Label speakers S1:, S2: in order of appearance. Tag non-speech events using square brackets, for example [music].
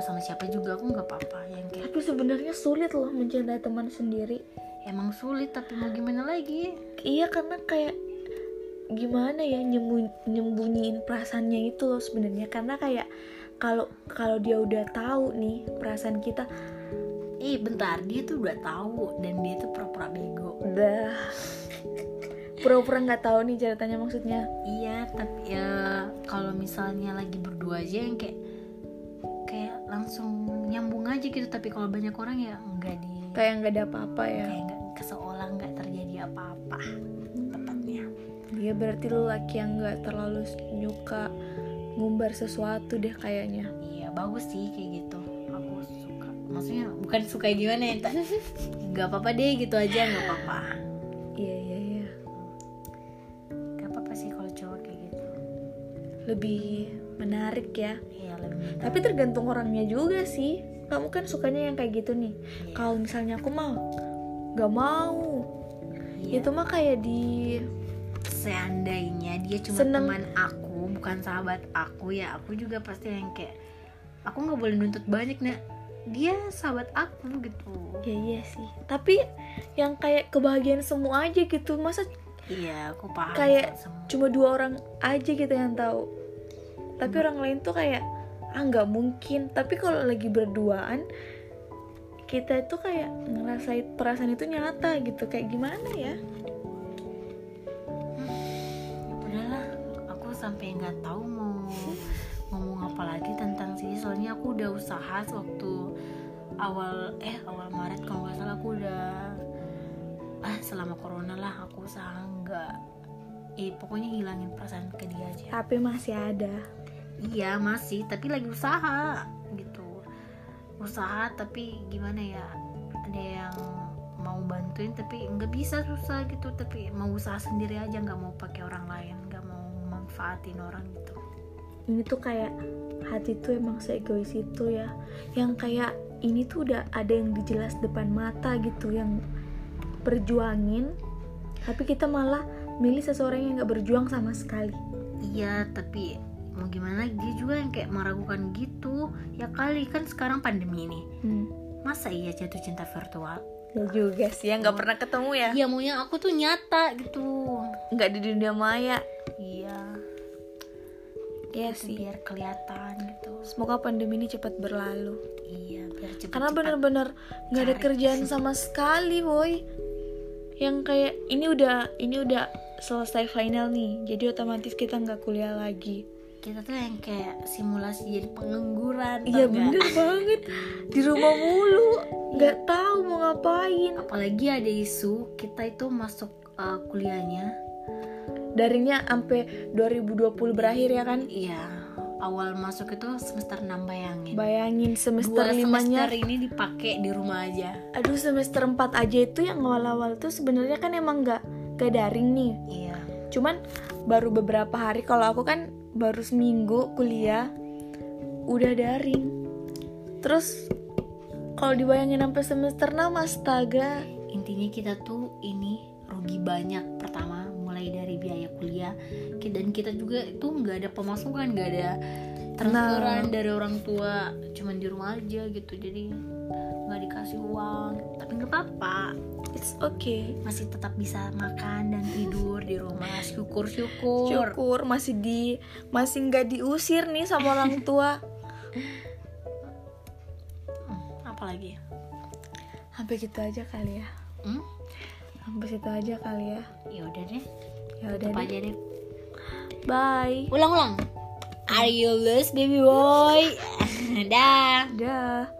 S1: sama siapa juga aku nggak apa-apa yang kayak
S2: tapi sebenarnya sulit loh mencintai teman sendiri
S1: emang sulit tapi mau gimana lagi
S2: iya karena kayak gimana ya nyembunyi, nyembunyiin perasaannya itu loh sebenarnya karena kayak kalau kalau dia udah tahu nih perasaan kita
S1: eh bentar dia tuh udah tahu dan dia tuh pura-pura bego
S2: udah pura-pura nggak tahu nih ceritanya maksudnya
S1: iya tapi ya kalau misalnya lagi berdua aja yang kayak kayak langsung nyambung aja gitu tapi kalau banyak orang ya enggak di
S2: kayak nggak ada apa-apa ya
S1: kayak nggak seolah nggak terjadi apa-apa tepatnya
S2: dia berarti lu laki yang nggak terlalu suka ngumbar sesuatu deh kayaknya
S1: iya bagus sih kayak gitu aku suka maksudnya bukan suka gimana ya [laughs] tak- nggak apa-apa deh gitu aja nggak apa-apa
S2: iya iya iya
S1: nggak apa-apa sih kalau cowok kayak gitu
S2: lebih menarik ya
S1: iya lebih
S2: tapi tergantung orangnya juga sih kamu kan sukanya yang kayak gitu nih
S1: Iya.
S2: kalau misalnya aku mah nggak mau
S1: Iya.
S2: itu mah kayak di
S1: seandainya dia cuma
S2: Seneng.
S1: teman aku bukan sahabat aku ya aku juga pasti yang kayak aku nggak boleh nuntut banyak nak dia sahabat aku gitu
S2: ya iya sih tapi yang kayak kebahagiaan semua aja gitu masa
S1: iya aku paham
S2: Kayak
S1: sih semua.
S2: cuma dua orang aja gitu yang tahu tapi orang lain tuh kayak ah nggak mungkin tapi kalau lagi berduaan kita itu kayak ngerasain perasaan itu nyata gitu kayak gimana ya
S1: udahlah aku sampai nggak tahu mau ngomong apa lagi tentang sini soalnya aku udah usaha waktu awal eh awal Maret kalau nggak salah aku udah ah selama corona lah aku usaha nggak eh pokoknya hilangin perasaan ke dia aja
S2: tapi masih ada
S1: iya masih tapi lagi usaha gitu usaha tapi gimana ya ada yang mau bantuin tapi nggak bisa susah gitu tapi mau usaha sendiri aja nggak mau pakai orang lain nggak mau manfaatin orang gitu
S2: ini tuh kayak hati tuh emang seegois itu ya yang kayak ini tuh udah ada yang dijelas depan mata gitu yang berjuangin tapi kita malah milih seseorang yang nggak berjuang sama sekali
S1: iya tapi mau gimana dia juga yang kayak meragukan gitu ya kali kan sekarang pandemi nih
S2: hmm.
S1: masa iya jatuh cinta virtual
S2: ya juga sih yang nggak pernah ketemu ya
S1: iya maunya aku tuh nyata gitu
S2: nggak di dunia maya
S1: iya
S2: ya
S1: itu biar kelihatan gitu
S2: semoga pandemi ini cepat berlalu
S1: iya biar cepet
S2: karena bener-bener nggak ada
S1: Cari.
S2: kerjaan sama sekali boy yang kayak ini udah ini udah selesai final nih jadi otomatis kita nggak kuliah lagi
S1: kita tuh yang kayak simulasi jadi pengangguran tau
S2: Iya
S1: nggak?
S2: bener banget di rumah mulu nggak tahu mau ngapain
S1: apalagi ada isu kita itu masuk uh, kuliahnya
S2: darinya sampai 2020 berakhir ya kan
S1: iya awal masuk itu semester 6 bayangin
S2: bayangin semester
S1: dua semester
S2: limanya
S1: ini dipakai di rumah aja
S2: aduh semester 4 aja itu yang awal-awal tuh sebenarnya kan emang nggak nggak daring nih
S1: iya
S2: cuman baru beberapa hari kalau aku kan baru seminggu kuliah udah daring terus kalau dibayangin sampai semester 6 astaga
S1: intinya kita tuh ini rugi banyak pertama mulai dari biaya kuliah Ki- dan kita juga itu nggak ada pemasukan nggak ada transferan dari orang tua cuman di rumah aja gitu jadi nggak dikasih uang tapi nggak apa-apa
S2: it's okay
S1: masih tetap bisa makan dan tidur di rumah syukur syukur
S2: syukur masih di masih nggak diusir nih sama orang tua
S1: apalagi
S2: sampai gitu aja kali ya
S1: hmm?
S2: sampai situ aja kali ya
S1: ya udah deh
S2: ya udah
S1: tetap
S2: deh.
S1: aja deh
S2: bye
S1: ulang ulang are you lost baby boy [laughs] dah
S2: dah